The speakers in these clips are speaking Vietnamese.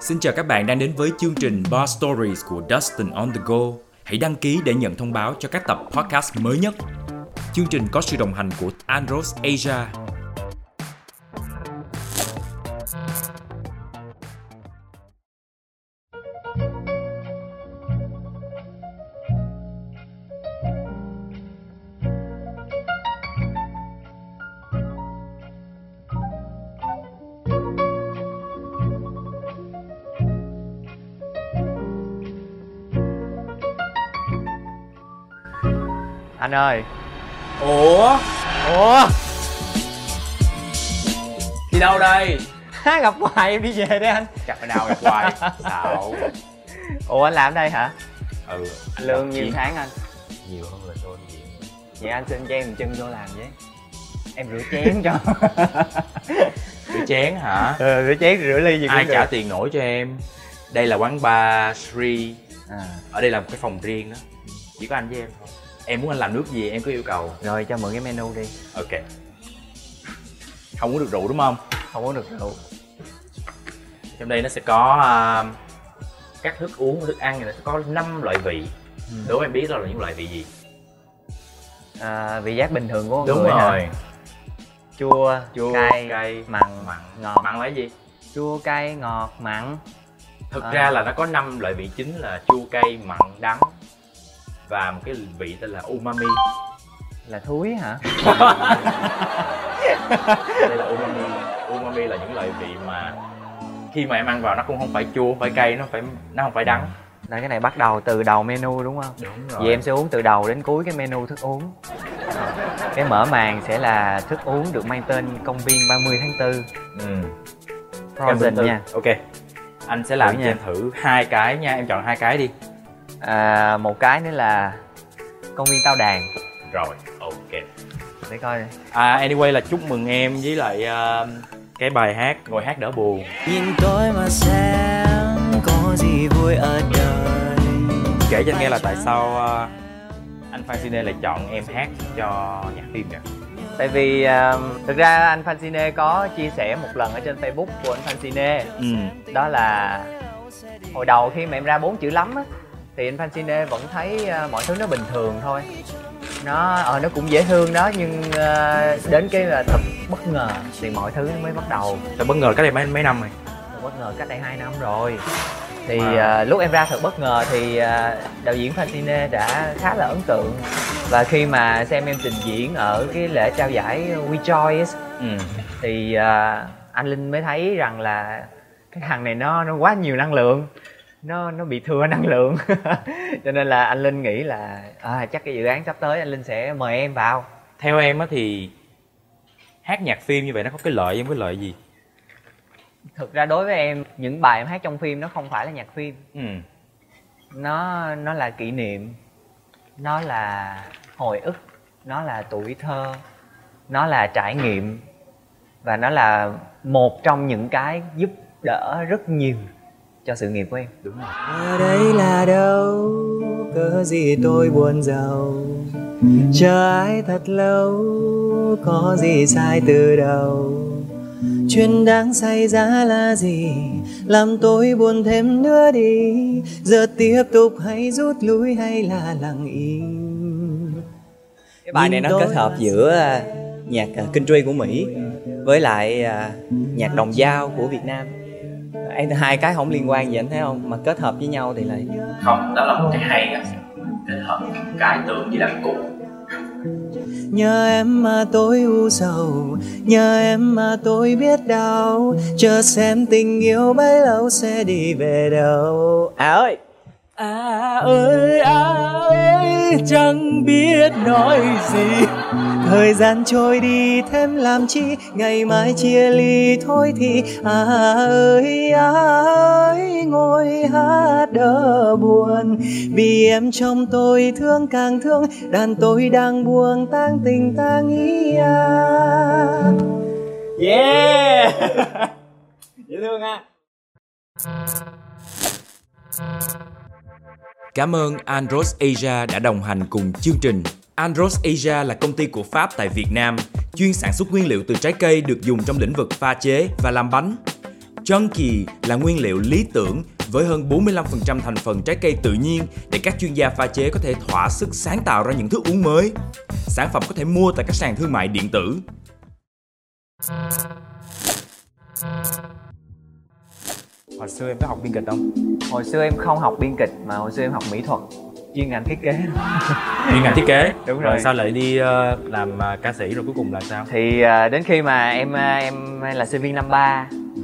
Xin chào các bạn đang đến với chương trình Bar Stories của Dustin on the Go. Hãy đăng ký để nhận thông báo cho các tập podcast mới nhất. Chương trình có sự đồng hành của Andros Asia. Anh ơi Ủa? Ủa Đi đâu đây? Gặp hoài em đi về đây anh Gặp ở nào gặp hoài? Xạo. Ủa anh làm ở đây hả? Ừ. Lương Chi? nhiêu tháng anh? Nhiều hơn là tôi nhiều. Vậy anh xin cho em một chân vô làm với Em rửa chén cho Rửa chén hả? Ừ rửa chén rửa ly gì cũng Ai được trả tiền nổi cho em? Đây là quán bar Sri. à. Ở đây là một cái phòng riêng đó. Chỉ có anh với em thôi. Em muốn anh làm nước gì em cứ yêu cầu. Rồi cho mượn cái menu đi Ok. Không uống được rượu đúng không? Không uống được rượu trong đây nó sẽ có à, các thức uống và thức ăn thì nó sẽ có 5 loại vị Ừ. đố em biết đó là những loại vị gì à, Vị giác bình thường của con người hả? Chua, Chua, cay, cay, mặn, mặn ngọt mặn là cái gì Chua, cay, ngọt, mặn thực À. ra là nó có 5 loại vị chính là chua cay mặn đắng và một cái vị tên là umami Là thúi hả? đây là umami umami là những loại vị mà khi mà em ăn vào nó cũng không phải chua không phải cay nó phải nó không phải đắng Là cái này bắt đầu từ đầu menu đúng không? đúng Vậy em sẽ uống từ đầu đến cuối cái menu thức uống Cái mở màn sẽ là thức uống được mang tên công viên 30 tháng 4 ừ. Em bình Frozen thường. nha ok anh sẽ làm Thử cho nha. em thử hai cái nha em chọn hai cái đi à, Một cái nữa là công viên tao đàn rồi ok Để coi À, anyway là chúc mừng em với lại ờ, cái bài hát ngồi hát đỡ buồn Nhìn tôi mà xem có gì vui ở đời kể cho anh nghe là tại sao ờ, anh Phan Sine lại chọn em hát cho nhạc phim nhỉ Tại vì à, thực ra anh Fancine có chia sẻ một lần ở trên Facebook của anh Fancine ừ Đó là hồi đầu khi mà em ra bốn chữ lắm á Thì anh Fancine vẫn thấy à, mọi thứ nó bình thường thôi nó ờ nó cũng dễ thương đó nhưng à, đến cái là thật bất ngờ thì mọi thứ nó mới bắt đầu tao bất ngờ cái này mấy mấy năm rồi Thật bất ngờ cách đây 2 năm rồi thì Wow. à, lúc em ra thật bất ngờ thì à, đạo diễn Fatine đã khá là ấn tượng và khi mà xem em trình diễn ở cái lễ trao giải We Choice ừ thì à, anh Linh mới thấy rằng là cái thằng này nó nó quá nhiều năng lượng nó nó bị thừa năng lượng cho nên là anh Linh nghĩ là à, chắc cái dự án sắp tới anh Linh sẽ mời em vào theo em á thì hát nhạc phim như vậy nó có cái lợi em có lợi gì thực ra đối với em những bài em hát trong phim nó không phải là nhạc phim ừ nó nó là kỷ niệm nó là hồi ức nó là tuổi thơ nó là trải nghiệm và nó là một trong những cái giúp đỡ rất nhiều cho sự nghiệp của em đúng rồi Ở đây là đâu Cớ gì tôi buồn giàu Chờ ai thật lâu Có gì sai từ đầu Chuyện đang xảy ra là gì Làm tôi buồn thêm nữa đi Giờ tiếp tục hay rút lui Hay là lặng im cái bài này nó kết hợp giữa à, nhạc à, country của Mỹ với lại à, nhạc đồng dao của Việt Nam. Em thấy hai cái không liên quan gì anh thấy không mà kết hợp với nhau thì là không đó là một cái hay á kết hợp cái tượng với làm cụ nhờ em mà tôi u sầu nhờ em mà tôi biết đau chờ xem tình yêu bấy lâu sẽ đi về đâu à ơi à ơi à ơi chẳng biết nói gì thời gian trôi đi thêm làm chi ngày mai chia ly thôi thì à ơi à ơi ngồi hát đỡ buồn vì em trong tôi thương càng thương đàn tôi đang buông tang tình ta nghĩ à yeah dễ thương ha Cảm ơn Andros Asia đã đồng hành cùng chương trình. Andros Asia là công ty của Pháp tại Việt Nam, chuyên sản xuất nguyên liệu từ trái cây được dùng trong lĩnh vực pha chế và làm bánh. Chunky là nguyên liệu lý tưởng với hơn 45% thành phần trái cây tự nhiên để các chuyên gia pha chế có thể thỏa sức sáng tạo ra những thức uống mới. Sản phẩm có thể mua tại các sàn thương mại điện tử. Hồi xưa em có học biên kịch không? hồi xưa em không học biên kịch mà hồi xưa em học mỹ thuật chuyên ngành thiết kế Biên ngành thiết kế Đúng Rồi rồi. sao lại đi ờ, làm ờ, ca sĩ rồi cuối cùng là sao? thì à, đến khi mà em à, em là sinh viên năm ba Ừ.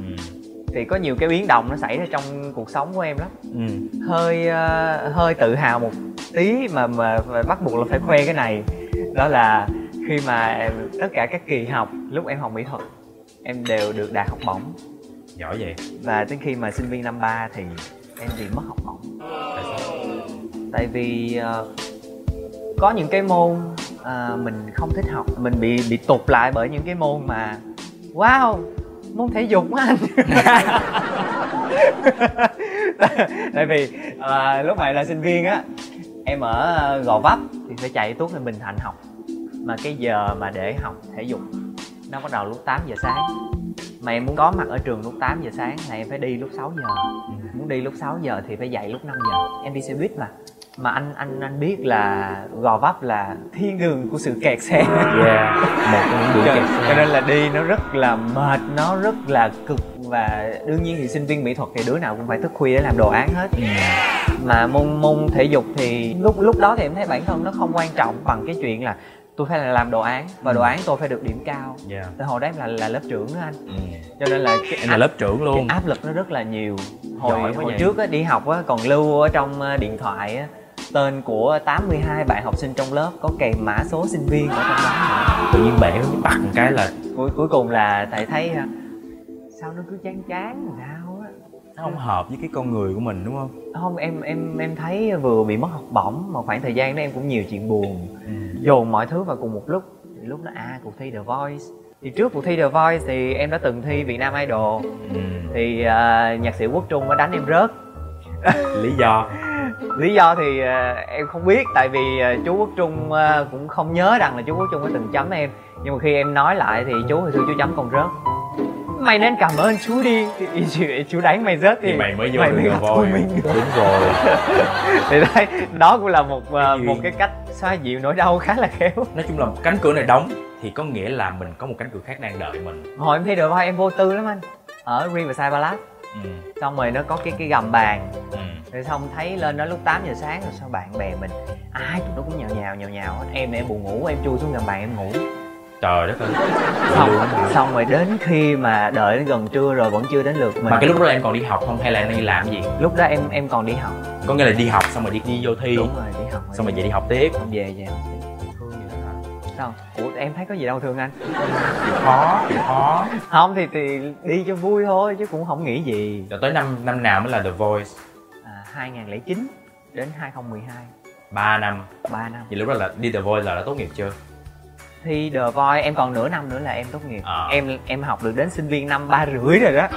thì có nhiều cái biến động nó xảy ra trong cuộc sống của em lắm Ừ. hơi ờ, hơi tự hào một tí mà, mà mà bắt buộc là phải khoe cái này đó là khi mà em, tất cả các kỳ học lúc em học mỹ thuật em đều được đạt học bổng Giỏi vậy và đến khi mà sinh viên năm ba thì em bị mất học bổng Tại sao? tại vì ờ, có những cái môn ờ, mình không thích học mình bị bị tụt lại bởi những cái môn mà wow môn thể dục quá anh tại vì ờ, lúc này là sinh viên á em ở ờ, gò vấp thì phải chạy tuốt lên bình thạnh học mà cái giờ mà để học thể dục nó bắt đầu lúc 8 giờ sáng mà em muốn có mặt ở trường lúc 8 giờ sáng là em phải đi lúc 6 giờ muốn đi lúc 6 giờ thì phải dậy lúc 5 giờ em đi xe buýt mà mà anh anh anh biết là gò vấp là thiên đường của sự kẹt xe Yeah Một trong những buổi cho, kẹt cho xe nên là đi nó rất là mệt nó rất là cực và đương nhiên thì sinh viên mỹ thuật thì đứa nào cũng phải thức khuya để làm đồ án hết mà môn môn thể dục thì lúc lúc đó thì em thấy bản thân nó không quan trọng bằng cái chuyện là tôi phải là làm đồ án và Ừ. đồ án tôi phải được điểm cao Yeah Tại hồi đó em là là lớp trưởng đó anh ừ. cho nên là cái Em là lớp trưởng luôn cái áp lực nó rất là nhiều Giỏi hồi quá hồi vậy. trước á, đi học á, còn lưu ở trong ờ, điện thoại á, tên của 82 bạn học sinh trong lớp có kèm mã số sinh viên ở trong đó nữa. Tự nhiên bẻ bạc một cái là cuối cuối cùng là thầy thấy ờ, sao nó cứ chán chán sao á Nó không hợp với cái con người của mình đúng không? không em em em thấy vừa bị mất học bổng mà khoảng thời gian đó em cũng nhiều chuyện buồn Ừ. dồn mọi thứ vào cùng một lúc Thì lúc đó à cuộc thi The Voice thì trước cuộc thi The Voice thì em đã từng thi Việt Nam Idol Ừ. thì ờ, nhạc sĩ Quốc Trung đã đánh em rớt Lý do lý do thì ờ, em không biết tại vì ờ, chú quốc trung ờ, cũng không nhớ rằng là chú quốc trung có từng chấm em nhưng mà khi em nói lại thì chú hồi xưa chú chấm con rớt mày nên cảm ơn chú đi thì, chú, chú đánh mày rớt thì, Thì mày mới vô mày được mới The gặp tụi Voice. mình Đúng rồi thì đấy đó cũng là một ờ, Cái một duyên. cái cách xoa dịu nỗi đau khá là khéo Nói chung là một cánh cửa này đóng Thì có nghĩa là mình có một cánh cửa khác đang đợi mình hồi em thi được thôi em vô tư lắm anh ở Riverside Palace Ừ. xong rồi nó có cái cái gầm bàn Ừ. rồi xong thấy lên đó lúc 8 giờ sáng rồi sao bạn bè mình ai tụi nó cũng nhào nhào nhào nhào hết em em buồn ngủ em chui xuống gầm bàn em ngủ Trời đất ơi xong Luôn á. xong rồi đến khi mà đợi đến gần trưa rồi vẫn chưa đến lượt mình Mà cái lúc đó là em còn đi học không hay là em đang đi làm gì? lúc đó em em còn đi học Có nghĩa là đi học xong rồi đi đi vô thi đúng rồi đi học Xong rồi về đi học tiếp không về về sao ủa em thấy có gì đâu thương anh Chịu khó, chịu khó không thì thì đi cho vui thôi chứ cũng không nghĩ gì Rồi tới năm năm nào mới là The Voice à, 2009 đến 2012 3 năm 3 năm Vậy lúc đó là đi The Voice là đã tốt nghiệp chưa? thi The Voice em còn nửa năm nữa là em tốt nghiệp Ờ. em em học được đến sinh viên năm ba rưỡi rồi đó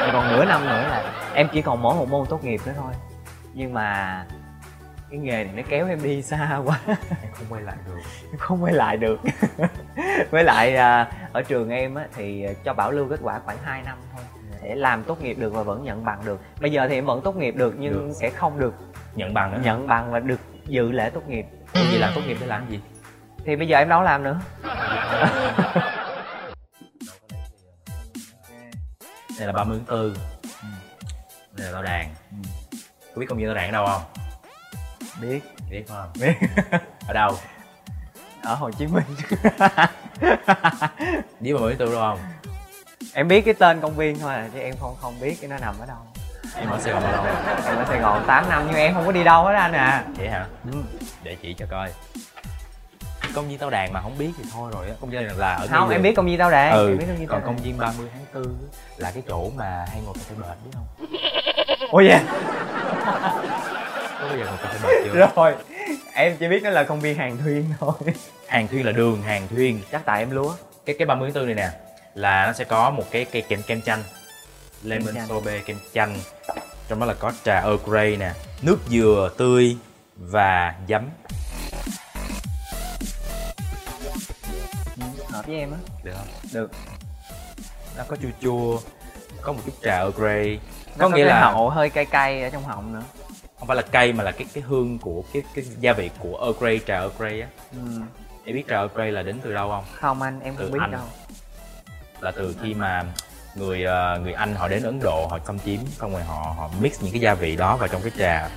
em còn nửa năm nữa là em chỉ còn mỗi một môn tốt nghiệp nữa thôi nhưng mà cái nghề này nó kéo em đi xa quá Em không quay lại được Em không quay lại được với lại à, ở trường em á, thì à, cho bảo lưu kết quả khoảng 2 năm thôi để làm tốt nghiệp được và vẫn nhận bằng được bây giờ thì em vẫn tốt nghiệp được À. nhưng Được. sẽ không được Nhận bằng nữa hả? nhận bằng và được dự lễ tốt nghiệp Ủa Vậy làm tốt nghiệp để làm gì? thì bây giờ em đâu có làm nữa Đây là 30 tháng 4 Đây là tao đàn Có biết công viên tao đàn ở đâu không? biết Biết không? Ở đâu? ở hồ chí minh Biết 30 tháng 4 đâu không? em biết cái tên công viên thôi à, chứ em không không biết cái nó nằm ở đâu Em ở Sài Gòn đâu? em ở sài gòn 8 năm nhưng em không có đi đâu hết anh à Vậy hả? Để chị cho coi Công viên tao đàn mà không biết thì thôi rồi á Công viên tao đàn là ở ngay không em đường. biết công viên tao đàn ừ. em biết công viên còn tao công đàn viên 30 tháng 4 á, là cái chỗ mà hay ngồi cà phê bệt biết không ôi dạ có bây giờ ngồi cà phê bệt chưa rồi em chỉ biết nó là công viên hàng thuyên thôi hàng thuyên là đường hàng thuyên chắc tại em lúa cái cái 30 tháng 4 này nè là nó sẽ có một cái cây kem kem chanh lemon chanh. sorbet kem chanh trong đó là có trà Earl Grey nè nước dừa tươi và giấm hợp với em á Ừ, được không được nó có chua chua có một chút trà grey nó có nghĩa cái là hậu hơi cay cay ở trong họng nữa không phải là cây mà là cái cái hương của cái cái gia vị của Earl Grey trà Earl Grey á ừ. em biết trà Earl Grey là đến từ đâu không không anh em Từ không biết Ừ, Anh. đâu là từ khi mà người ờ, người Anh họ đến Ấn Độ họ xâm chiếm xong rồi họ họ mix những cái gia vị đó vào trong cái trà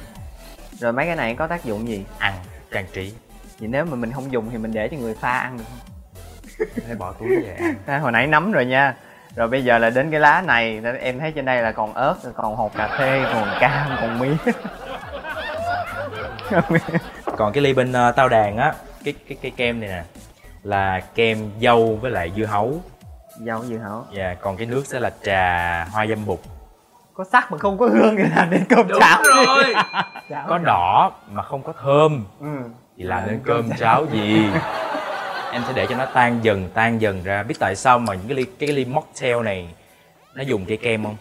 rồi mấy cái này có tác dụng gì ăn trang trí vậy nếu mà mình không dùng thì mình để cho người pha ăn được không phải bỏ túi về ăn à, hồi nãy nấm rồi nha rồi bây giờ là đến cái lá này em thấy trên đây là còn ớt rồi còn hột cà phê còn cam còn mía còn cái ly bên ờ, tao đàn á cái cái cái kem này nè là kem dâu với lại dưa hấu dâu dưa hấu và còn cái nước sẽ là trà hoa dâm bụt có sắc mà không có hương thì làm nên cơm chảo rồi Chảo. có đỏ mà không có thơm ừ. thì làm nên cơm cháo gì em sẽ để cho nó tan dần tan dần ra biết tại sao mà những cái ly cái ly mocktail này nó dùng cây kem không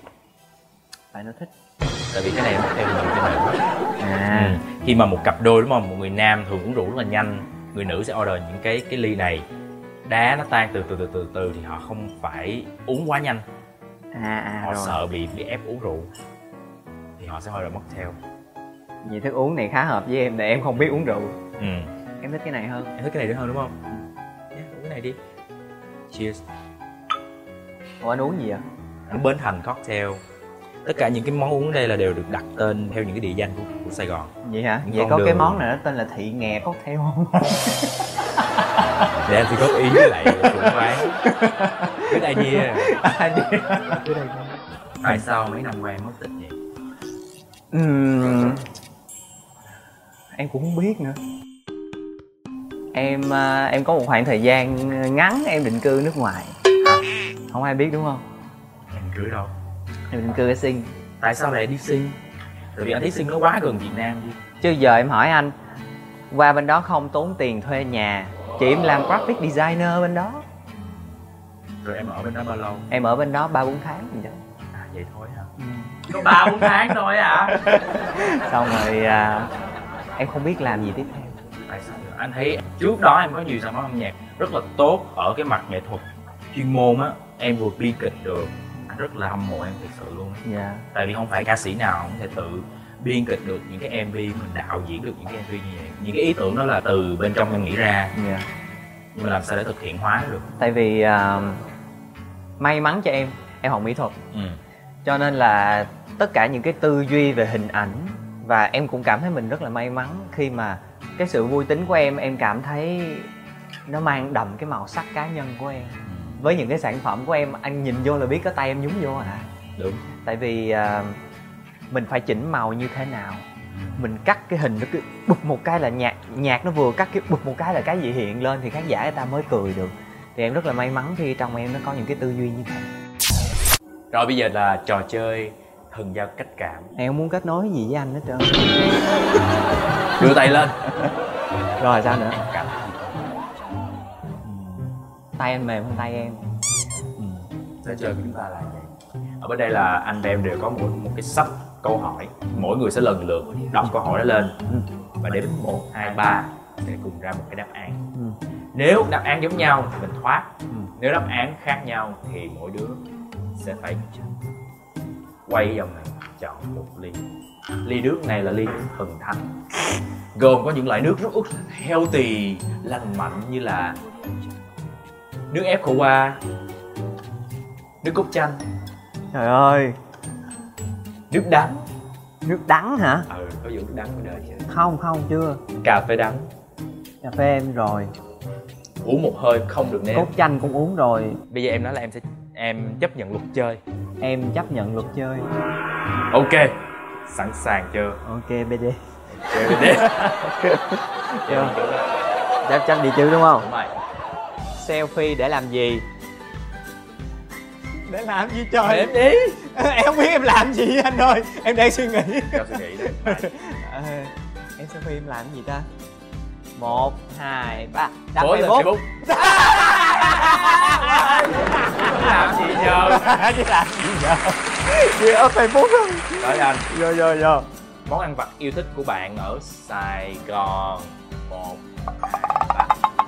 tại nó thích tại vì cái này mocktail dùng cho nữ à khi mà một cặp đôi đúng không một người nam thường uống rượu rất là nhanh người nữ sẽ order những cái cái ly này đá nó tan từ từ từ từ từ thì họ không phải uống quá nhanh à, à họ rồi sợ bị bị ép uống rượu thì họ sẽ order mocktail vậy thức uống này khá hợp với em tại em không biết uống rượu ừ em thích cái này hơn em thích cái này nữa hơn đúng không yeah, uống cái này đi cheers ủa anh uống gì vậy Anh Bến Thành Cocktail tất cả những cái món uống ở đây là đều được đặt tên theo những cái địa danh của, của Sài Gòn vậy hả Những vậy con có cái đường. món này nó tên là thị nghè cocktail không để anh sẽ góp ý với lại chủ quán cái này gì tại sao mấy năm qua em mất tích vậy Ừm, em cũng không biết nữa em à, em có một khoảng thời gian ngắn em định cư nước ngoài không ai biết đúng không em cưới đâu em định cư ở sinh tại sao lại đi sinh tại vì anh thấy sinh nó quá gần Việt Nam đi chứ giờ em hỏi anh qua bên đó không tốn tiền thuê nhà chị em làm graphic designer bên đó rồi em ở bên đó bao lâu em ở bên đó ba bốn tháng gì đó à vậy thôi hả có ba bốn tháng thôi à xong rồi à, em không biết làm gì tiếp theo tại sao vậy? anh thấy trước đó em có nhiều sản phẩm âm nhạc rất là tốt ở cái mặt nghệ thuật chuyên môn á em vừa biên kịch được anh rất là hâm mộ em thực sự luôn á dạ tại vì không phải ca sĩ nào cũng thể tự biên kịch được những cái mv mình đạo diễn được những cái mv như vậy những cái ý tưởng đó là từ bên trong em nghĩ ra dạ nhưng mà làm sao để thực hiện hóa được tại vì à, may mắn cho em em học mỹ thuật ừ. cho nên là tất cả những cái tư duy về hình ảnh và em cũng cảm thấy mình rất là may mắn khi mà cái sự vui tính của em em cảm thấy nó mang đậm cái màu sắc cá nhân của em Ừ. với những cái sản phẩm của em anh nhìn vô là biết có tay em nhúng vô à đúng tại vì à, mình phải chỉnh màu như thế nào Ừ. mình cắt cái hình nó cứ bụp một cái là nhạc nhạc nó vừa cắt cái bụp một cái là cái gì hiện lên thì khán giả người ta mới cười được thì em rất là may mắn khi trong em nó có những cái tư duy như thế rồi bây giờ là trò chơi thần giao cách cảm em không muốn kết nối gì với anh hết trơn đưa tay lên rồi sao nữa cảm tay anh mềm hơn tay em trò chơi của chúng ta là vậy ở bên đây là anh và em đều có một một cái sách câu hỏi mỗi người sẽ lần lượt đọc câu hỏi đó lên và đếm một hai ba sẽ cùng ra một cái đáp án Ừ. nếu đáp án giống nhau thì mình thoát nếu đáp án khác nhau thì mỗi đứa sẽ phải quay vòng này chọn một ly ly nước này là ly nước thần thánh gồm có những loại nước rất ức healthy lành mạnh như là nước ép khổ qua nước cốt chanh trời ơi nước đắng nước đắng hả ừ có vụ nước đắng ở đời chứ không không chưa cà phê đắng cà phê em rồi uống một hơi không được nếm cốt chanh cũng uống rồi bây giờ em nói là em sẽ em chấp nhận luật chơi em chấp nhận luật chơi ok sẵn sàng chưa ok bd Dạ, chơi đi đi Chưa? chấp chấp Dạ. đi chứ đúng không Đúng rồi. selfie để làm gì để làm gì trời Đếm đi em không biết em làm gì anh ơi em đang suy nghĩ Tao suy nghĩ đây Ờ, em selfie em làm gì ta một hai ba đặt Bố lên facebook Facebook Làm gì giờ chứ làm gì giờ Chị ở facebook không Tới anh Vô vô vô Món ăn vặt yêu thích của bạn ở Sài Gòn Một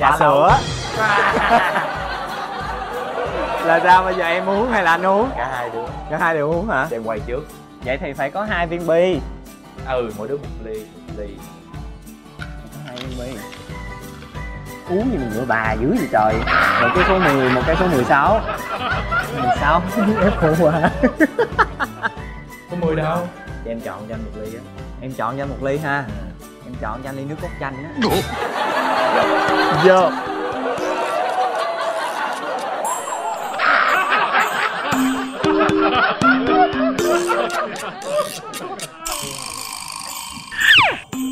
Dạ, Trà sữa là sao bây giờ em uống hay là anh uống cả hai đứa cả hai đều uống hả để quay trước vậy thì phải có hai viên bi ừ mỗi đứa một ly một ly hai viên bi uống gì mình ngựa bà dữ vậy trời một cái số 10, một cái số 16 16 em khổ quá có mười đâu cho em chọn cho anh một ly á em chọn cho anh một ly ha em chọn cho anh ly nước cốt chanh á vô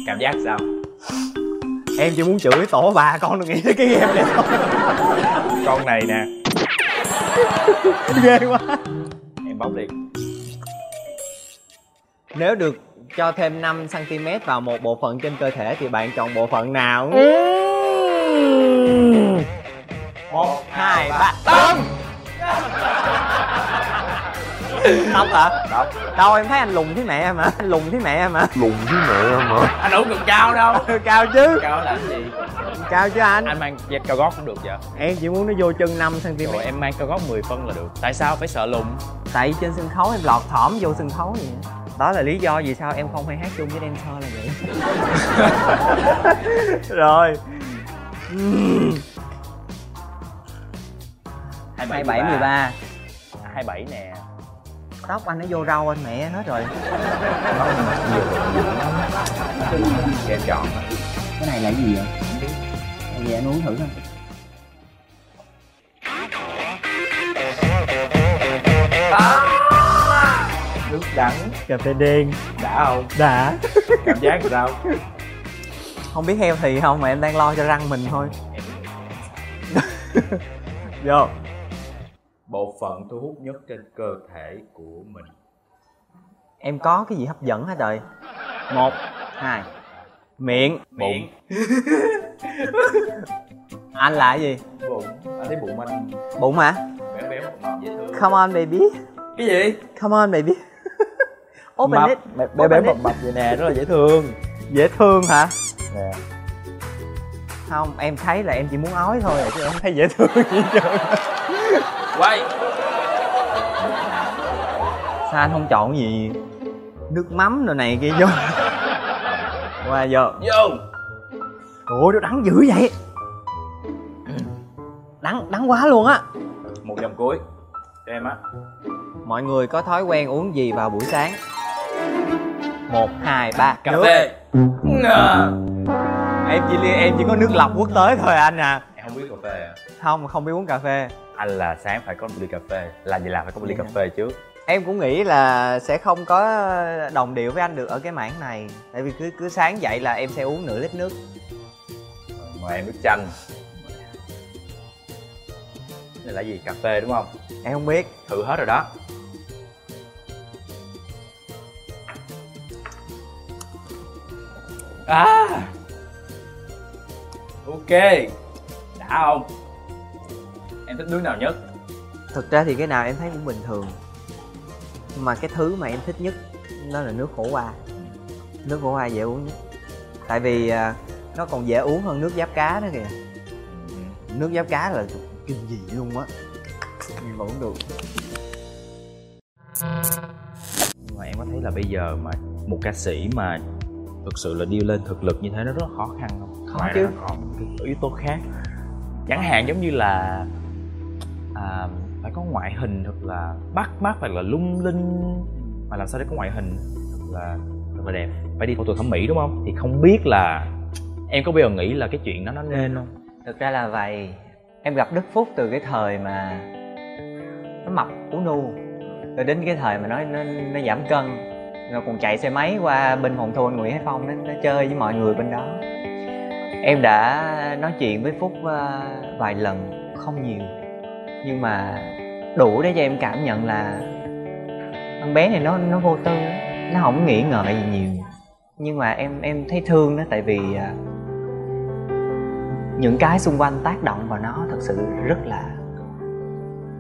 cảm giác sao em chỉ muốn chửi tổ bà con đừng nghĩ tới cái game này thôi con này nè ghê quá em bóc liền nếu được cho thêm 5 cm vào một bộ phận trên cơ thể thì bạn chọn bộ phận nào một hai ba tông tóc hả Tóc. đâu em thấy anh lùng với mẹ em hả anh lùng với mẹ em hả Ừ, anh uống cực cao đâu cao chứ cao làm gì cao chứ anh anh mang dép cao gót cũng được vậy em chỉ muốn nó vô chân 5 cm rồi em mang cao gót 10 phân là được tại sao phải sợ lùn tại trên sân khấu em lọt thỏm vô sân khấu vậy đó là lý do vì sao em không hay hát chung với dancer là vậy rồi 27 13 27 nè tóc anh nó vô râu anh mẹ hết rồi cho em Dạ, chọn cái này là cái gì vậy Bây giờ anh uống thử coi nước đắng cà phê đen đã không đã cảm giác sao không biết heo thì không mà em đang lo cho răng mình thôi vô bộ phận thu hút nhất trên cơ thể của mình em có cái gì hấp dẫn hả trời một hai miệng bụng anh là cái gì bụng anh thấy bụng anh bụng hả béo béo mập mập dễ thương come on baby cái gì come on baby open mập it béo béo Open mập it. mập vậy nè rất là dễ thương Dạ. dễ thương hả nè không em thấy là em chỉ muốn ói thôi à, chứ em không thấy dễ thương gì hết trơn. quay sao anh không chọn gì nước mắm đồ này kia vô qua vô vô ủa nó đắng dữ vậy Ừ. đắng đắng quá luôn á một dòng cuối cho em á mọi người có thói quen uống gì vào buổi sáng một hai ba cà nước. phê Ngờ. em chỉ li- em chỉ có nước lọc quốc tế thôi anh à em không biết cà phê à không không biết uống cà phê anh là sáng phải có một ly cà phê làm gì làm phải có một ly cà phê trước em cũng nghĩ là sẽ không có đồng điệu với anh được ở cái mảng này tại vì cứ cứ sáng dậy là em sẽ uống nửa lít nước mời em nước chanh đây là gì cà phê đúng không em không biết thử hết rồi đó à ok đã không em thích nước nào nhất thực ra thì cái nào em thấy cũng bình thường nhưng mà cái thứ mà em thích nhất đó là nước khổ qua nước khổ qua dễ uống nhất tại vì à, nó còn dễ uống hơn nước giáp cá nữa kìa nước giáp cá là kinh dị luôn á nhưng mà uống được mà em có thấy là bây giờ mà một ca sĩ mà thực sự là đi lên thực lực như thế nó rất là khó khăn không Khó Ngoài chứ. ra còn cái yếu tố khác chẳng hạn giống như là à, phải có ngoại hình thật là bắt mắt hoặc là lung linh mà làm sao để có ngoại hình thật là thật là đẹp phải đi phẫu thuật thẩm mỹ đúng không thì không biết là em có bao giờ nghĩ là cái chuyện đó nó nên không thực ra là vậy em gặp đức phúc từ cái thời mà nó mập ú nu rồi đến cái thời mà nó nó, nó giảm cân rồi còn chạy xe máy qua bên phòng thu anh nguyễn hải phong nó, nó chơi với mọi người bên đó em đã nói chuyện với phúc ờ, vài lần không nhiều nhưng mà đủ để cho em cảm nhận là con bé này nó nó vô tư nó không nghĩ ngợi gì nhiều nhưng mà em em thấy thương nó tại vì ờ, những cái xung quanh tác động vào nó thật sự rất là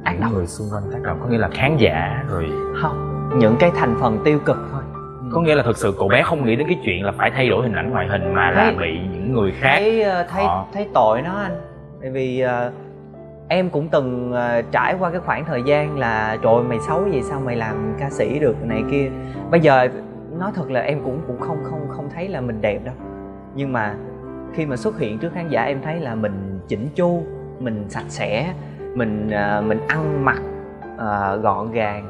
ác Những độc người xung quanh tác động có nghĩa là khán giả rồi không những cái thành phần tiêu cực thôi Ừ. có nghĩa là thực sự cậu bé không nghĩ đến cái chuyện là phải thay đổi hình ảnh ngoại hình mà là Thấy- bị những người khác thấy ờ, thấy Họ- thấy tội nó anh tại vì ờ, em cũng từng ờ, trải qua cái khoảng thời gian là trời ơi, mày xấu gì sao mày làm ca sĩ được này kia bây giờ nói thật là em cũng cũng không không không thấy là mình đẹp đâu nhưng mà khi mà xuất hiện trước khán giả em thấy là mình chỉnh chu mình sạch sẽ mình ờ, mình ăn mặc ờ, gọn gàng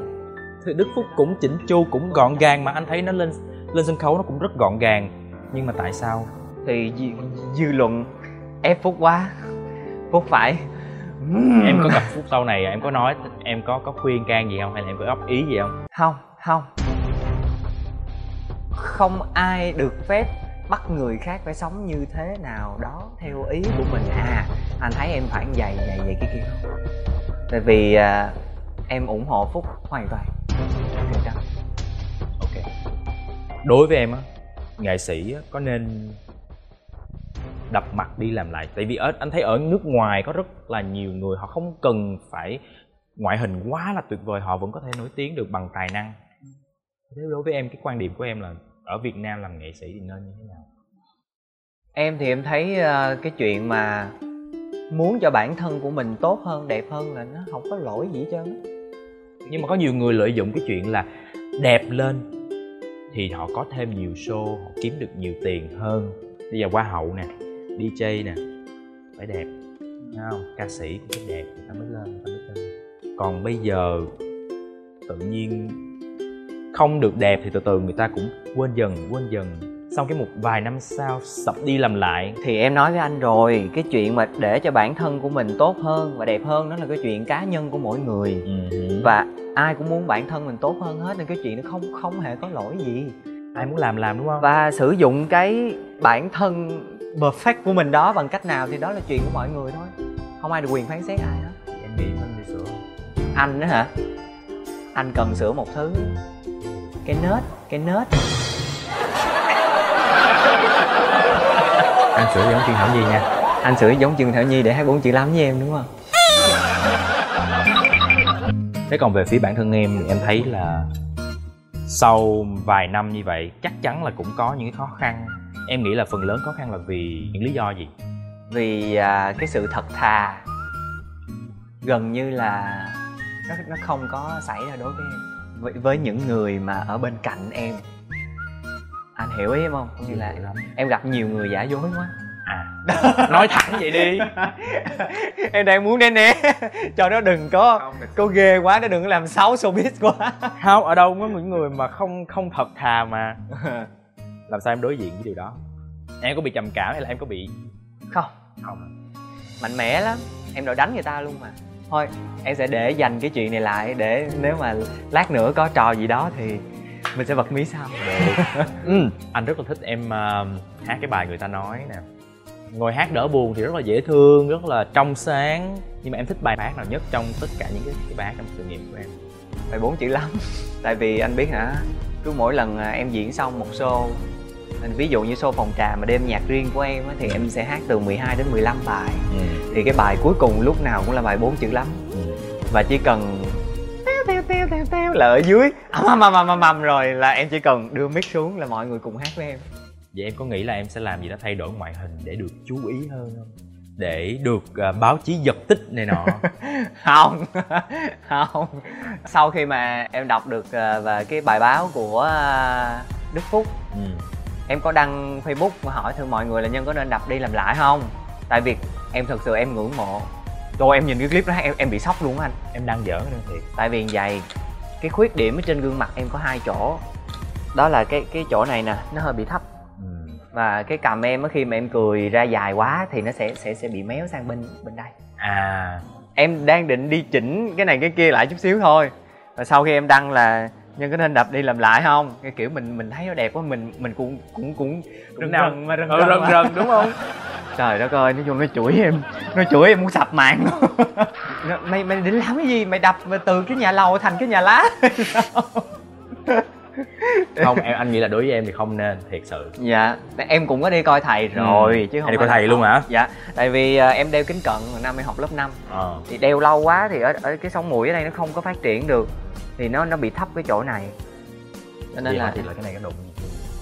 thì Đức Phúc cũng chỉnh chu cũng gọn gàng mà anh thấy nó lên lên sân khấu nó cũng rất gọn gàng nhưng mà tại sao thì dư, dư luận ép phúc quá phúc phải Ừ. em có gặp Phúc sau này à? em có nói em có có khuyên can gì không hay là em có góp ý gì không không không không ai được phép bắt người khác phải sống như thế nào đó theo ý của mình à anh thấy em phải dày dày dày cái kia không? tại vì à, em ủng hộ phúc hoàn toàn Được đó. đối với em á nghệ sĩ á, có nên đập mặt đi làm lại tại vì ở, anh thấy ở nước ngoài có rất là nhiều người họ không cần phải ngoại hình quá là tuyệt vời họ vẫn có thể nổi tiếng được bằng tài năng thế đối với em cái quan điểm của em là ở Việt Nam làm nghệ sĩ thì nên như thế nào em thì em thấy à, cái chuyện mà muốn cho bản thân của mình tốt hơn đẹp hơn là nó không có lỗi gì hết trơn á. nhưng mà có nhiều người lợi dụng cái chuyện là đẹp lên thì họ có thêm nhiều show họ kiếm được nhiều tiền hơn bây giờ hoa hậu nè DJ nè phải đẹp Thấy không ca sĩ cũng phải đẹp người ta mới lên người ta mới lên còn bây giờ tự nhiên không được đẹp thì từ từ người ta cũng quên dần quên dần xong cái một vài năm sau sập đi làm lại thì em nói với anh rồi cái chuyện mà để cho bản thân của mình tốt hơn và đẹp hơn đó là cái chuyện cá nhân của mỗi người Ừ và ai cũng muốn bản thân mình tốt hơn hết nên cái chuyện nó không không hề có lỗi gì ai muốn làm làm đúng không và sử dụng cái bản thân perfect của mình đó bằng cách nào thì đó là chuyện của mọi người thôi không ai được quyền phán xét ai hết em nghĩ mình đi sửa anh đó hả anh cần sửa một thứ cái nết cái nết anh sửa giống chuyên hảo gì nha anh sửa giống trường thảo nhi để hai bốn chữ lắm với em đúng không Thế còn về phía bản thân em thì em thấy là sau vài năm như vậy chắc chắn là cũng có những cái khó khăn. Em nghĩ là phần lớn khó khăn là vì những lý do gì? vì à, cái sự thật thà gần như là nó nó không có xảy ra đối với em với, với những người mà ở bên cạnh em anh hiểu ý em không Cũng như là em gặp nhiều người giả dối quá Nói thẳng vậy đi. em đang muốn né né cho nó đừng có cô ghê quá nó đừng có làm xấu showbiz quá Không, ở đâu có những người mà không không thật thà mà. Làm sao em đối diện với điều đó? Em có bị trầm cảm hay là em có bị không không? mạnh mẽ lắm em đã đánh người ta luôn mà thôi em sẽ để dành cái chuyện này lại để nếu mà lát nữa có trò gì đó thì mình sẽ bật mí sau Ừ, anh rất là thích em ờ, hát cái bài người ta nói nè. Ngồi hát đỡ buồn thì rất là dễ thương, rất là trong sáng. Nhưng mà em thích bài hát nào nhất trong tất cả những cái, cái bài hát trong sự nghiệp của em? phải bốn chữ lắm tại vì anh biết hả cứ mỗi lần à, em diễn xong một show anh ví dụ như show phòng trà mà đêm nhạc riêng của em á, thì em sẽ hát từ 12 đến 15 bài Ừ. thì cái bài cuối cùng lúc nào cũng là bài bốn chữ lắm và chỉ cần teo, teo, teo, teo, teo là ở dưới À, ầm ầm ầm ầm ầm ầm rồi là em chỉ cần đưa mic xuống là mọi người cùng hát với em Vậy em có nghĩ là em sẽ làm gì đó thay đổi ngoại hình để được chú ý hơn không? Để được à, báo chí giật tích này nọ không không sau khi mà em đọc được à, về cái bài báo của à, đức phúc ừ. em có đăng facebook mà hỏi thử mọi người là nhân có nên đập đi làm lại không tại vì em thật sự em ngưỡng mộ rồi em nhìn cái clip đó em em bị sốc luôn á anh Em đang giỡn nữa thiệt tại vì vậy cái khuyết điểm ở trên gương mặt em có hai chỗ đó là cái cái chỗ này nè nó hơi bị thấp ừ. và cái cằm em á khi mà em cười ra dài quá thì nó sẽ sẽ sẽ bị méo sang bên bên đây À em đang định đi chỉnh cái này cái kia lại chút xíu thôi và sau khi em đăng là nhân có nên đập đi làm lại không cái kiểu mình mình thấy nó đẹp quá mình mình cũng cũng cũng Rừng nào? mà rừng Ờ, rần rần mà. rần, đúng không? trời đất ơi nó vô nó chửi em nó chửi em muốn sập mạng luôn. nó, mày mày định làm cái gì mày đập mà từ cái nhà lầu thành cái nhà lá Không, em, anh nghĩ là đối với em thì không nên, thiệt sự dạ em cũng có đi coi thầy rồi chứ không Ừ. Em phải đi coi là thầy không. luôn hả? dạ tại vì à, em đeo kính cận hồi năm em học lớp 5 Ờ thì đeo lâu quá thì ở, ở cái sông mũi ở đây nó không có phát triển được thì nó nó bị thấp cái chỗ này cho nên Vậy là thì là cái này cái đụng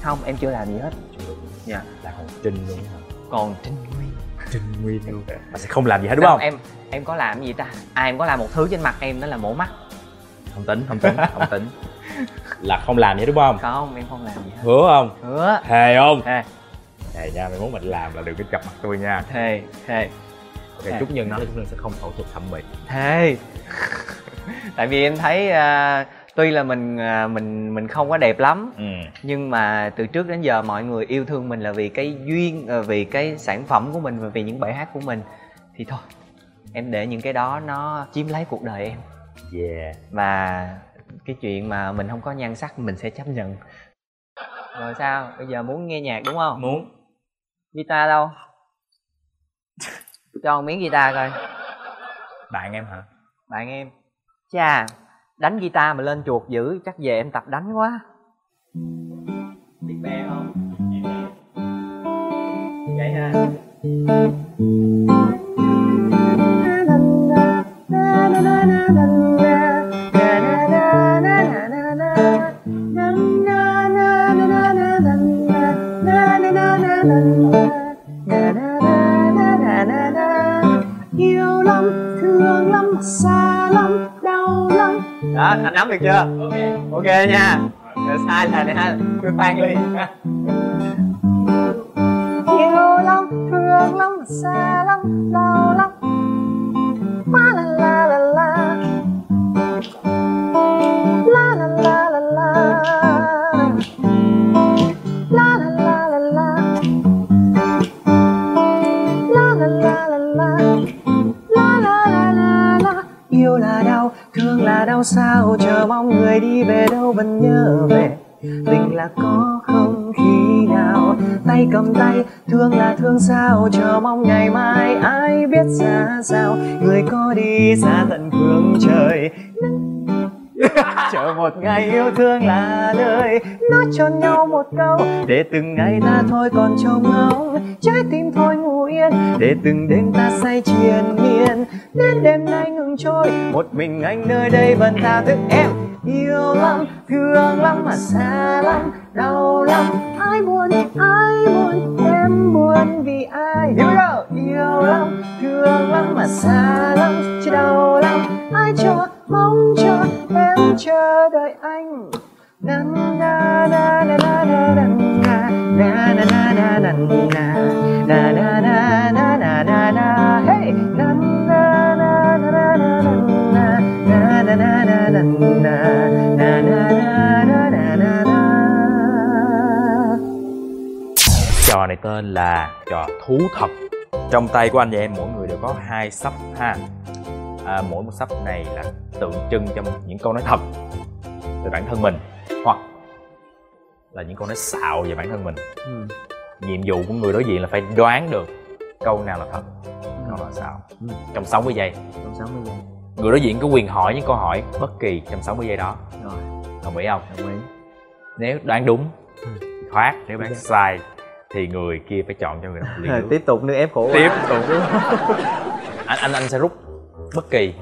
không em chưa làm gì hết Chưa đụng Dạ. Là còn trinh luôn hả? còn trinh nguyên Trinh Nguyên luôn Mà sẽ không làm gì hết đúng không? em em có làm gì ta à em có làm một thứ trên mặt em đó là mổ mắt Không tính, không tính, không tính Là không làm gì hết đúng không? không em không làm gì hết Hứa không? hứa Thề không? Thề. Thề nha, mày muốn mình làm là đừng có chọc mặt tôi nha thề thề Ok, Trúc Nhân nói là Trúc Nhân sẽ không phẫu thuật thẩm mỹ thề tại vì em thấy à, tuy là mình à, mình mình không có đẹp lắm Ừ nhưng mà từ trước đến giờ mọi người yêu thương mình là vì cái duyên ờ, vì cái sản phẩm của mình và vì những bài hát của mình thì thôi em để những cái đó nó chiếm lấy cuộc đời em Yeah và cái chuyện mà mình không có nhan sắc mình sẽ chấp nhận rồi sao bây giờ muốn nghe nhạc đúng không Muốn guitar đâu cho một miếng guitar coi Bạn em hả? bạn em chà đánh guitar mà lên chuột dữ chắc về em tập đánh quá biết bè không vậy ha yêu lắm thương lắm xa lắm đau lắm đó anh nắm được chưa ok ok nha Rồi, sai là này ha tôi khoan ly yêu lắm thương lắm xa lắm đau lắm la la la la la la la la la la la la la la la la la la la la la la la la yêu là đau thương là đau sao chờ mong người đi về đâu vẫn nhớ về tình là có không khi nào tay cầm tay thương là thương sao chờ mong ngày mai ai biết ra sao người có đi xa tận phương trời chờ một ngày yêu thương là lời nói cho nhau một câu để từng ngày ta thôi còn trông ngóng trái tim thôi ngủ yên để từng đêm ta say triền miên đến đêm nay ngừng trôi một mình anh nơi đây vẫn tha thức em yêu lắm thương lắm mà xa lắm đau lắm ai buồn ai buồn em buồn vì ai Here we go. yêu lắm thương lắm mà xa lắm chứ đau lắm ai cho mong cho em chờ đợi anh na na na na na na na na na na na na na na na na na na na na hey na na na na na na na na na na na na na na na na na na Trò này tên là trò thú thật Trong tay của anh và em mỗi người đều có hai sắp ha à, Mỗi một sắp này là tượng trưng cho một- những câu nói thật về bản thân mình Hoặc là những câu nói xạo về bản thân mình Ừ. Nhiệm vụ của người đối diện là phải đoán được câu nào là thật, Ừ. câu nào là xạo Trong 60 giây trong 60 giây Người đối diện có quyền hỏi những câu hỏi bất kỳ trong 60 giây đó rồi Đồng ý không? đồng ý Nếu đoán đúng Ừ. thì thoát, nếu đoán sai thì người kia phải chọn cho người đồng Rồi, lý tiếp tục nữa ép khổ quá. tiếp tục anh anh anh sẽ rút bất kỳ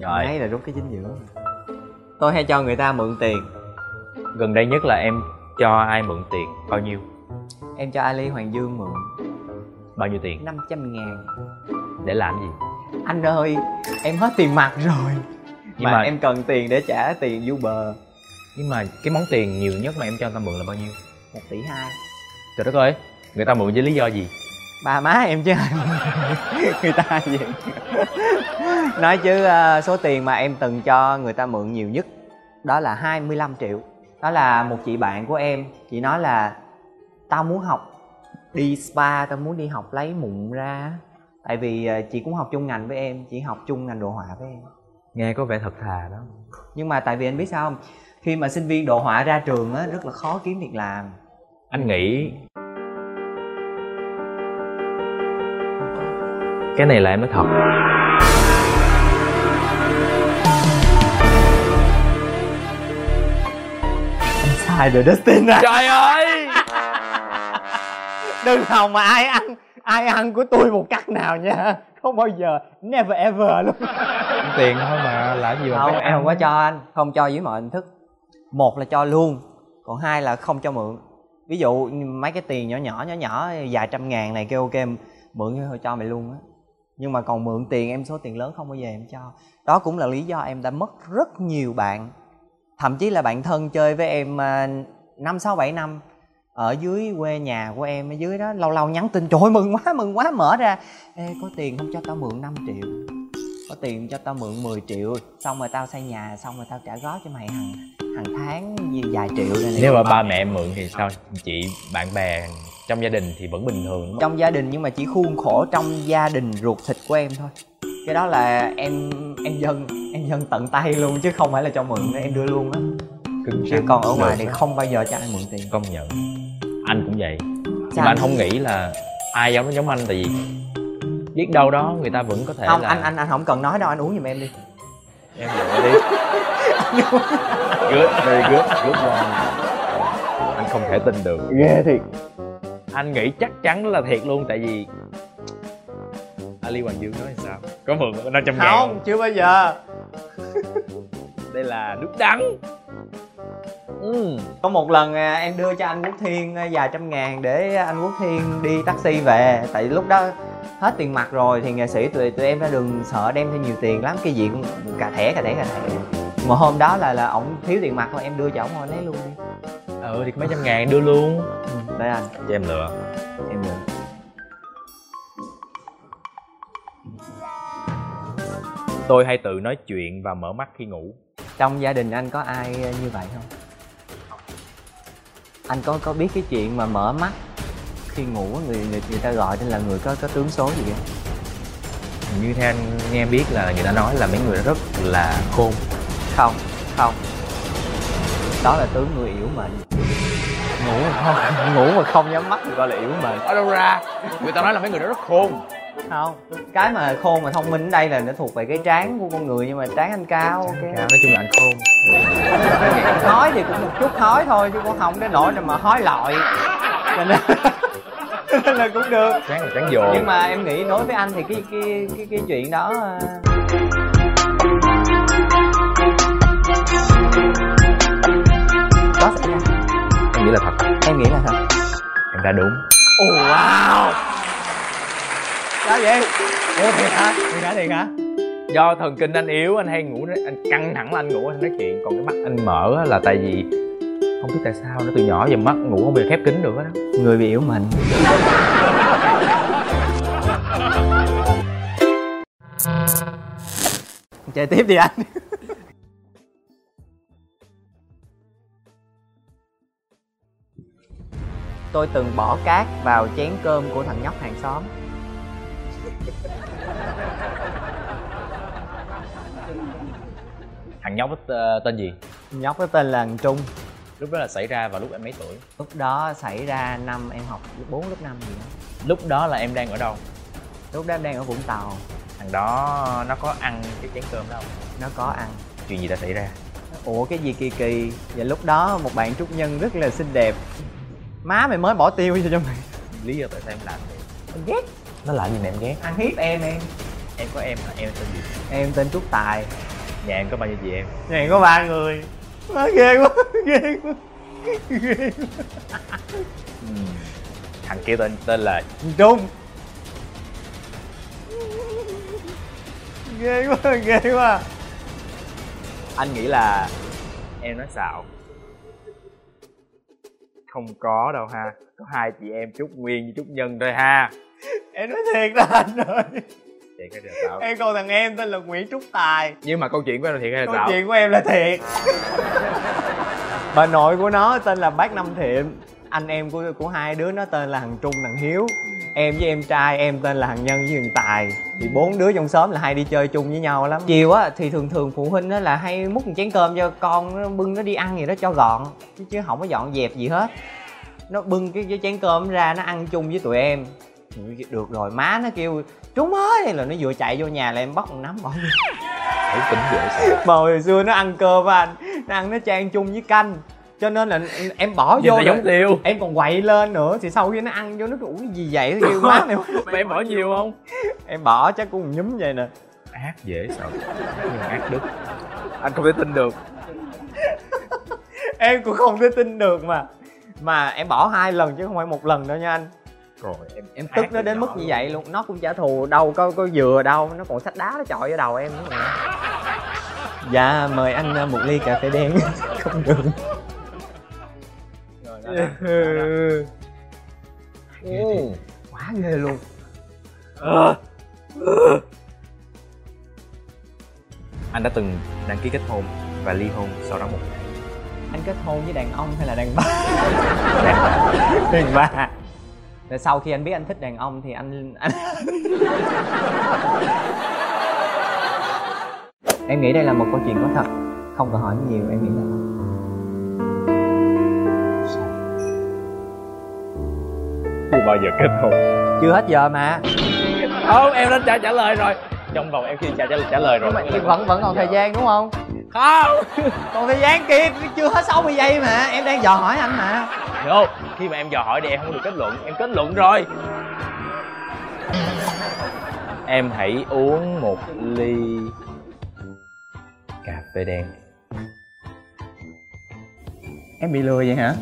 Rồi. Đấy là rút cái dinh dưỡng Tôi hay cho người ta mượn tiền gần đây nhất là em cho ai mượn tiền bao nhiêu Em cho Ali Hoàng Dương mượn bao nhiêu tiền 500 ngàn để làm gì Anh ơi em hết tiền mặt rồi Nhưng Mà mà- em cần tiền để trả tiền Uber nhưng mà cái món tiền nhiều nhất mà em cho người ta mượn là bao nhiêu 1 tỷ 2 trời đất ơi người ta mượn với lý do gì Ba má em chứ Người ta gì Nói chứ ờ, số tiền mà em từng cho người ta mượn nhiều nhất Đó là 25 triệu Đó là một chị bạn của em Chị nói là Tao muốn học đi spa Tao muốn đi học lấy mụn ra Tại vì ờ, chị cũng học chung ngành với em Chị học chung ngành đồ họa với em nghe có vẻ thật thà đó Nhưng mà tại vì anh biết sao không Khi mà sinh viên đồ họa ra trường á Rất là khó kiếm việc làm anh nghĩ cái này là em nói thật Sai rồi Dustin à trời ơi đừng hòng mà ai ăn ai ăn của tôi một cách nào nha không bao giờ never ever luôn tiền thôi mà làm gì mà không phải em ăn. không có cho anh không cho dưới mọi hình thức một là cho luôn còn hai là không cho mượn ví dụ như mấy cái tiền nhỏ nhỏ nhỏ nhỏ vài trăm ngàn này kêu ok em mượn cho- cho mày luôn á nhưng mà còn mượn tiền em số tiền lớn không bao giờ em cho đó cũng là lý do em đã mất rất nhiều bạn thậm chí là bạn thân chơi với em à, năm sáu bảy năm ở dưới quê nhà của em ở dưới đó lâu lâu nhắn tin trời ơi, mừng quá mừng quá mở ra Ê, có tiền không cho tao mượn 5 triệu có tiền cho tao mượn 10 triệu xong rồi tao xây nhà xong rồi tao trả góp cho mày hàng hàng tháng gì vài triệu này này. nếu mà ba mẹ mượn thì sao chị bạn bè trong gia đình thì vẫn bình thường đúng không? trong gia đình nhưng mà chỉ khuôn khổ trong gia đình ruột thịt của em thôi cái đó là em em dân em dân tận tay luôn chứ không phải là cho mượn nữa, em đưa luôn á cứng chứ rắn, còn ở ngoài được thì đó. không bao giờ cho ai mượn tiền công nhận anh cũng vậy nhưng Sao mà anh- anh không nghĩ là ai giống nó giống anh tại vì biết đâu đó người ta vẫn có thể không là anh anh anh không cần nói đâu anh uống giùm em đi em lựa đi good very good good one anh không thể tin được ghê thiệt anh nghĩ chắc chắn là thiệt luôn tại vì Ali Hoàng Dương nói sao có mượn 500 ngàn không chưa bao giờ đây là nước đắng ừ. Có một lần à, em đưa cho anh Quốc Thiên à, vài trăm ngàn để anh Quốc Thiên đi taxi về Tại lúc đó hết tiền mặt rồi thì nghệ sĩ tụi, tụi em ra đường sợ đem theo nhiều tiền lắm Cái gì cũng cà thẻ cà thẻ cà thẻ Mà hôm đó là là ổng thiếu tiền mặt thôi em đưa cho ổng rồi lấy luôn đi ừ thì mấy trăm ngàn đưa luôn Đây anh cho em lựa em được tôi hay tự nói chuyện và mở mắt khi ngủ Trong gia đình anh có ai à, như vậy không? Anh có có biết cái chuyện mà mở mắt khi ngủ á, người người, người ta gọi nên là người có có tướng số gì không? như theo anh nghe biết là người ta nói là mấy người đó rất là khôn không không đó là tướng người yếu mệnh ngủ mà không ngủ mà không nhắm mắt thì gọi là yếu mệnh ở đâu ra người ta nói là mấy người đó rất khôn không cái mà khôn mà thông minh ở đây là nó thuộc về cái trán của con người nhưng mà trán anh cao ok Dạ, nói chung là anh khôn hói thì cũng một chút hói thôi chứ cũng không đến nỗi nào mà hói lọi cho nên nên là cũng được tráng là tráng dồ nhưng mà em nghĩ đối với anh thì cái cái cái cái chuyện đó à, có xảy ra em nghĩ là thật em nghĩ là thật em ra đúng Oh wow Sao vậy? Ủa thiệt hả? Thiệt hả thiệt hả? do thần kinh anh yếu anh hay ngủ anh căng thẳng là anh ngủ anh nói chuyện còn cái mắt anh mở á là tại vì không biết tại sao nó từ nhỏ giờ mắt ngủ không bao giờ khép kín được á đó Người bị yếu mệnh Chơi tiếp đi anh Tôi từng bỏ cát vào chén cơm của thằng nhóc hàng xóm thằng nhóc ờ, tên gì Nhóc đó tên là thằng Trung lúc đó là xảy ra vào lúc em mấy tuổi Lúc đó xảy ra năm em học lớp 4 lớp 5 gì đó lúc đó là em đang ở đâu Lúc đó em đang ở Vũng Tàu thằng đó nó có ăn cái chén cơm đó không Nó có ăn chuyện gì đã xảy ra Ủa cái gì kỳ kỳ Và lúc đó một bạn trúc nhân rất là xinh đẹp Má mày mới bỏ tiêu cho mày lý do tại sao em làm vậy Em ghét nó làm gì mà em ghét Ăn hiếp em em em có em là em tên gì Em tên Trúc Tài nhà em có bao nhiêu chị em Nhà có ba người Má ghê quá Ghê quá thằng kia tên tên là Thằng Trung Ghê quá Ghê quá anh nghĩ là em nói xạo không có đâu ha có hai chị em trúc nguyên với trúc nhân thôi ha Em nói thiệt là anh ơi thiệt hay là xạo Em còn thằng em tên là Nguyễn Trúc Tài nhưng mà câu chuyện của em là thiệt hay là Câu xạo chuyện của em là thiệt Bà nội của nó tên là bác Năm Thiệm Anh em của của hai đứa nó tên là thằng Trung, thằng Hiếu Em với em trai, em tên là thằng Nhân với thằng Tài Thì bốn đứa trong xóm là hay đi chơi chung với nhau lắm Chiều á thì thường thường phụ huynh á là hay múc một chén cơm cho con nó bưng nó đi ăn gì đó cho gọn Chứ, chứ không có dọn dẹp gì hết Nó bưng cái, cái chén cơm ra nó ăn chung với tụi em Thì được rồi má nó kêu Trúng ơi là nó vừa chạy vô nhà là em bắt một nắm bỏ vô Thấy tính dễ sợ mà hồi xưa nó ăn cơm á anh nó ăn nó chan chung với canh cho nên là em bỏ vô vô giống rồi, tiêu em còn quậy lên nữa thì sau khi nó ăn vô nó kêu "Ủa, cái gì vậy nó kêu má mày mà em bỏ nhiều không em bỏ chắc cũng nhúm vậy nè ác dễ sợ nhưng mà ác đức anh không thể tin được em cũng không thể tin được mà mà em bỏ hai lần chứ không phải một lần đâu nha anh rồi em em Ác tức nó từ đến nhỏ mức như luôn. vậy luôn nó cũng trả thù đâu có có dừa đâu nó còn sách đá nó chọi vào đầu em nữa mà. dạ mời anh ờ, một ly cà phê đen không được Rồi, đó, Dạ, đó. Ừ, quá ghê luôn anh đã từng đăng ký kết hôn và ly hôn sau đó một ngày anh kết hôn với đàn ông hay là đàn bà đàn bà rồi sau khi anh biết anh thích đàn ông thì anh, anh... em nghĩ đây là một câu chuyện có thật không cần hỏi nhiều em nghĩ là chưa bao giờ kết hôn chưa hết giờ mà không em đã trả trả lời rồi trong vòng em khi trả trả, trả lời rồi nhưng mà em vẫn vẫn còn thời gian đúng không không còn thời gian kịp chưa hết 60 giây mà em đang dò hỏi anh mà no khi mà em dò hỏi thì em không được kết luận em kết luận rồi em hãy uống một ly cà phê đen em bị lừa vậy hả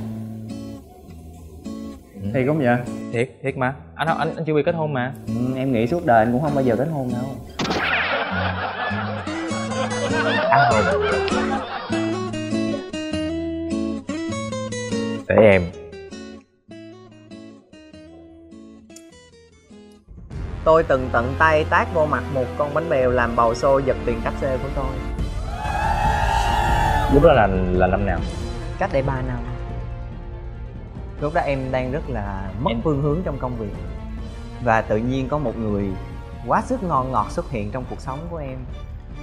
thì cũng vậy thiệt thiệt mà anh không anh, anh chưa bị kết hôn mà ừ, em nghĩ suốt đời anh cũng không bao giờ kết hôn đâu anh hùng để em Tôi từng tận tay tác vô mặt một con bánh bèo làm bầu xô giật tiền cắt xê của tôi lúc đó là là năm nào Cách đây 3 năm Lúc đó em đang rất là mất phương hướng trong công việc Và tự nhiên có một người quá sức ngon ngọt xuất hiện trong cuộc sống của em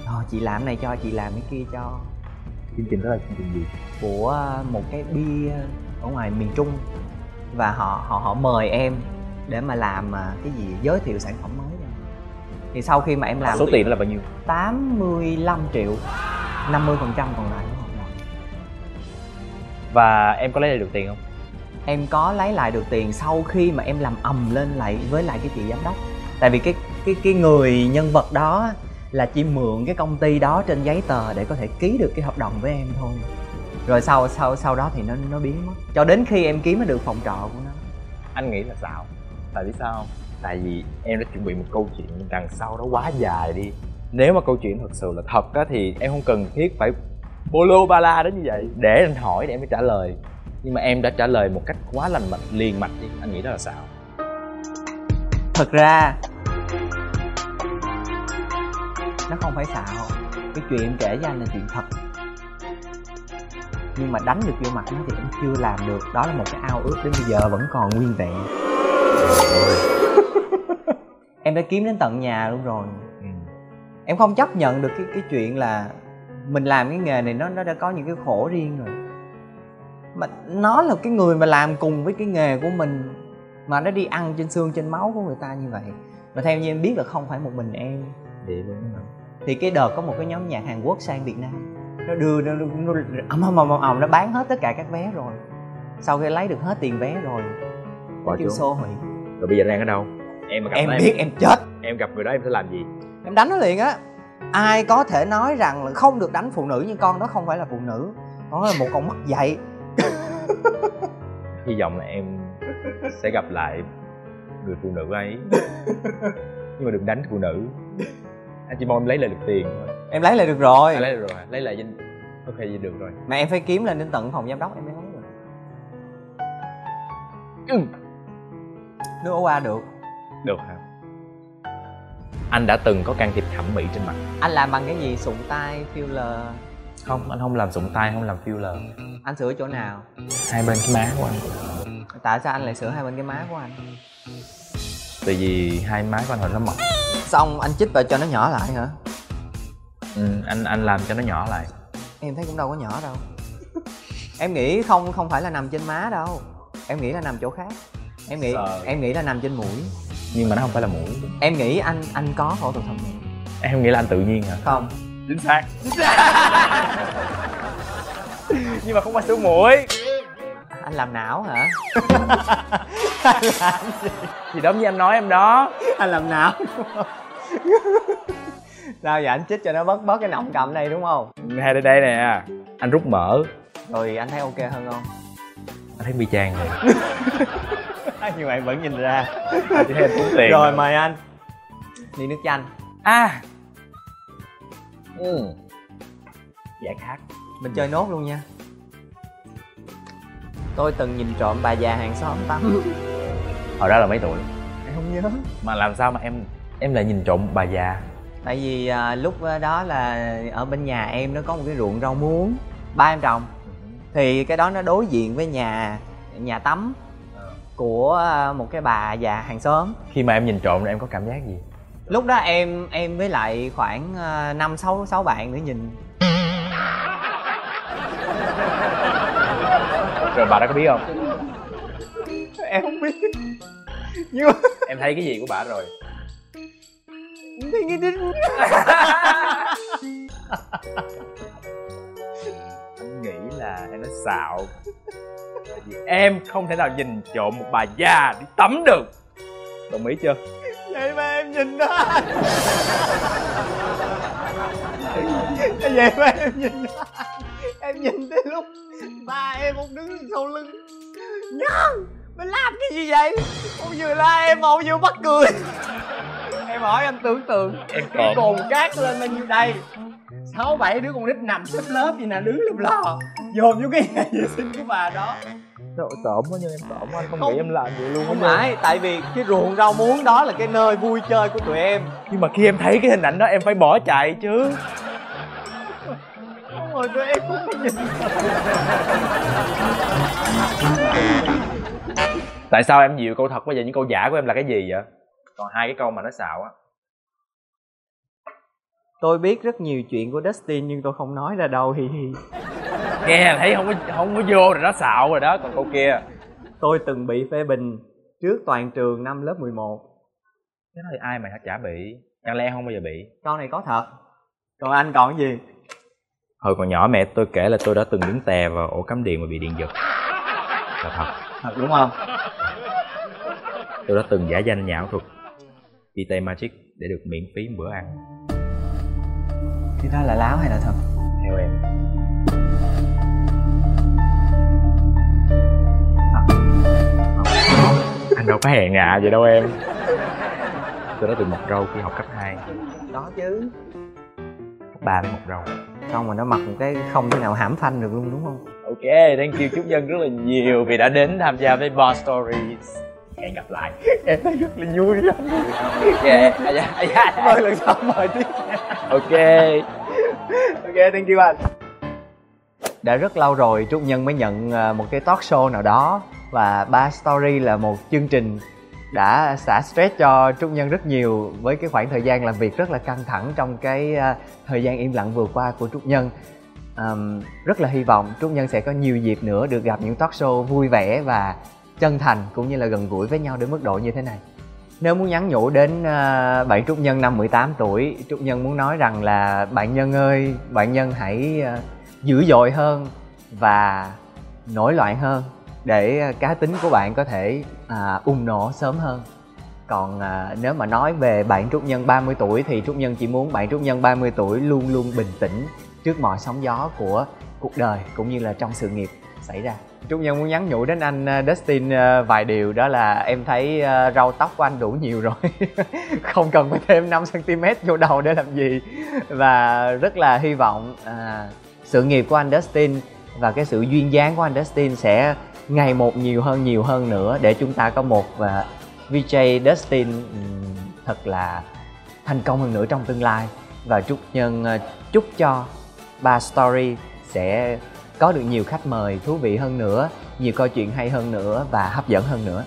Ờ, chị làm này cho, chị làm cái kia cho chương trình đó là chương trình gì Của một cái bia ở ngoài miền Trung Và họ họ họ mời em để mà làm à, cái gì giới thiệu sản phẩm mới cho. Thì sau khi mà em làm số tiền đó là bao nhiêu 85 triệu 50 phần trăm còn lại của hợp đồng và em có lấy lại được tiền không em có lấy lại được tiền sau khi mà em làm ầm lên lại với lại cái chị giám đốc tại vì cái cái cái người nhân vật đó là chỉ mượn cái công ty đó trên giấy tờ để có thể ký được cái hợp đồng với em thôi rồi sau sau sau đó thì nó nó biến mất cho đến khi em kiếm được phòng trọ của nó anh nghĩ là xạo tại vì sao không? tại vì em đã chuẩn bị một câu chuyện đằng sau đó quá dài đi nếu mà câu chuyện thật sự là thật á thì em không cần thiết phải bolo bala đến như vậy để anh hỏi để em mới trả lời nhưng mà em đã trả lời một cách quá lành mạch liền mạch đi anh nghĩ đó là xạo thật ra nó không phải xạo cái chuyện em kể với anh là chuyện thật nhưng mà đánh được vô mặt nó thì em chưa làm được đó là một cái ao ước đến bây giờ vẫn còn nguyên vẹn em đã kiếm đến tận nhà luôn rồi Ừ, em không chấp nhận được cái cái chuyện là mình làm cái nghề này nó nó đã có những cái khổ riêng rồi mà nó là cái người mà làm cùng với cái nghề của mình mà nó đi ăn trên xương trên máu của người ta như vậy mà theo như em biết là không phải một mình em vậy luôn thì cái đợt có một cái nhóm nhạc Hàn Quốc sang Việt Nam nó đưa nó, nó, nó ầm ầm ầm ầm ầm nó bán hết tất cả các vé rồi sau khi lấy được hết tiền vé rồi nó bỏ kêu xuống xô hủy rồi bây giờ đang ở đâu em mà gặp em nó, biết em chết em gặp người đó em sẽ làm gì em đánh nó liền á ai có thể nói rằng là không được đánh phụ nữ nhưng con đó không phải là phụ nữ con đó là một con mất dạy hy vọng là em sẽ gặp lại người phụ nữ ấy nhưng mà đừng đánh phụ nữ anh chỉ mong em lấy lại được tiền thôi em lấy lại được rồi à, lấy lại rồi hả? lấy lại danh ok vậy được rồi mà em phải kiếm lên đến tận phòng giám đốc em mới lấy được Ừ. đưa qua được được hả anh đã từng có can thiệp thẩm mỹ trên mặt anh làm bằng cái gì sụn tai filler không anh không làm sụn tai không làm filler anh sửa chỗ nào hai bên cái má của anh tại sao anh lại sửa hai bên cái má của anh tại vì hai má của anh hồi nó mập xong anh chích vào cho nó nhỏ lại hả ừ, anh anh làm cho nó nhỏ lại em thấy cũng đâu có nhỏ đâu em nghĩ không không phải là nằm trên má đâu em nghĩ là nằm chỗ khác em nghĩ Sợ. em nghĩ là nằm trên mũi nhưng mà nó không phải là mũi em nghĩ anh anh có phẫu thuật thẩm mỹ em nghĩ là anh tự nhiên hả không chính xác nhưng mà không phải sửa mũi anh làm não hả thì đó như anh nói em đó anh làm não sao vậy anh chích cho nó bớt bớt cái nọng cầm này đúng không hai đây đây nè anh rút mỡ rồi anh thấy ok hơn không anh thấy mi trang rồi nhưng mà em vẫn nhìn ra Anh chỉ thêm tốn tiền rồi thôi. mời anh ly nước chanh à ừ. giải khát mình chơi nốt luôn nha tôi từng nhìn trộm bà già hàng xóm tắm hồi đó là mấy tuổi em không nhớ mà làm sao mà em em lại nhìn trộm bà già tại vì à, lúc đó là ở bên nhà em nó có một cái ruộng rau muống ba em trồng thì cái đó nó đối diện với nhà nhà tắm của à, một cái bà già hàng xóm khi mà em nhìn trộm là em có cảm giác gì lúc đó em em với lại khoảng à, năm sáu sáu bạn nữa nhìn rồi bà đó có biết không em không biết nhưng mà em thấy cái gì của bà rồi cái cái anh nghĩ là em nói xạo Tại vì em không thể nào nhìn trộm một bà già đi tắm được đồng ý chưa vậy mà em nhìn đó vậy mà em nhìn đó em nhìn tới lúc ba em cũng đứng sau lưng nhân mình làm cái gì vậy ông vừa la em mà ông vừa bắt cười em hỏi anh tưởng tượng em cái cồn cát lên bao nhiêu đây sáu bảy đứa con nít nằm xếp lớp gì nè đứng lùm lò dồn vô cái nhà vệ sinh của bà đó Trời ơi, tởm quá nhưng em tởm quá, anh không, Không. nghĩ em làm vậy luôn không á. phải tại vì cái ruộng rau muống đó là cái nơi vui chơi của tụi em Nhưng mà khi em thấy cái hình ảnh đó em phải bỏ chạy chứ Đúng rồi, tụi em cũng không nhìn Tại sao em nhiều câu thật bây giờ những câu giả của em là cái gì vậy? Còn hai cái câu mà nó xạo á Tôi biết rất nhiều chuyện của Dustin nhưng tôi không nói ra đâu hi hi. Nghe là thấy không có không có vô rồi đó xạo rồi đó Còn câu kia Tôi từng bị phê bình trước toàn trường năm lớp 11. Cái đó thì ai mà chả bị Chẳng lẽ không bao giờ bị Câu này có thật. Còn anh còn gì? Hồi còn nhỏ mẹ tôi kể là tôi đã từng đứng tè vào ổ cắm điện mà bị điện giật Là thật Thật đúng không? Tôi đã từng giả danh nhà ảo thuật Vita Magic để được miễn phí bữa ăn Cái đó là láo hay là thật? Theo em Anh đâu có hẹn ngạ vậy đâu em Tôi đã từng mọc râu khi học cấp 2 Đó chứ. Cấp 3 mới mọc râu Không mà nó mặc một cái không thể nào hãm phanh được luôn đúng không? Ok, thank you Trúc Dân rất là nhiều vì đã đến tham gia với Bar Stories Hẹn gặp lại Em thấy rất là vui lắm Ok, à dạ, à dạ. mời lần sau mời tiếp Ok Ok, thank you anh. Đã rất lâu rồi Trúc Nhân mới nhận à, một cái talk show nào đó và Ba Story là một chương trình đã xả stress cho Trúc Nhân rất nhiều với cái khoảng thời gian làm việc rất là căng thẳng trong cái à, thời gian im lặng vừa qua của Trúc Nhân. Ờm, rất là hy vọng Trúc Nhân sẽ có nhiều dịp nữa được gặp những talk show vui vẻ và chân thành cũng như là gần gũi với nhau đến mức độ như thế này. Nếu muốn nhắn nhủ đến à, bạn Trúc Nhân năm 18 tuổi, Trúc Nhân muốn nói rằng là bạn Nhân ơi, bạn Nhân hãy à, dữ dội hơn và nổi loạn hơn để à, cá tính của bạn có thể à, bùng nổ sớm hơn. Còn à, nếu mà nói về bạn Trúc Nhân 30 tuổi thì Trúc Nhân chỉ muốn bạn Trúc Nhân 30 tuổi luôn luôn bình tĩnh trước mọi sóng gió của cuộc đời cũng như là trong sự nghiệp xảy ra. Trúc Nhân muốn nhắn nhủ đến anh ờ, Dustin ờ, vài điều đó là em thấy ờ, râu tóc của anh đủ nhiều rồi không cần phải thêm 5cm vô đầu để làm gì và rất là hy vọng à, sự nghiệp của anh Dustin và cái sự duyên dáng của anh Dustin sẽ ngày một nhiều hơn nhiều hơn nữa để chúng ta có một và VJ Dustin ừm, thật là thành công hơn nữa trong tương lai và Trúc Nhân ờ, chúc cho ba story sẽ có được nhiều khách mời thú vị hơn nữa nhiều câu chuyện hay hơn nữa và hấp dẫn hơn nữa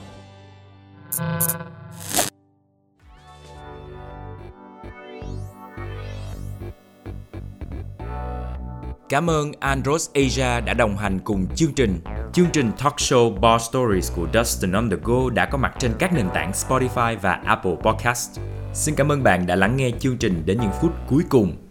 Cảm ơn Andros Asia đã đồng hành cùng chương trình. Chương trình talk show Bar Stories của Dustin on the Go đã có mặt trên các nền tảng Spotify và Apple Podcast. Xin cảm ơn bạn đã lắng nghe chương trình đến những phút cuối cùng.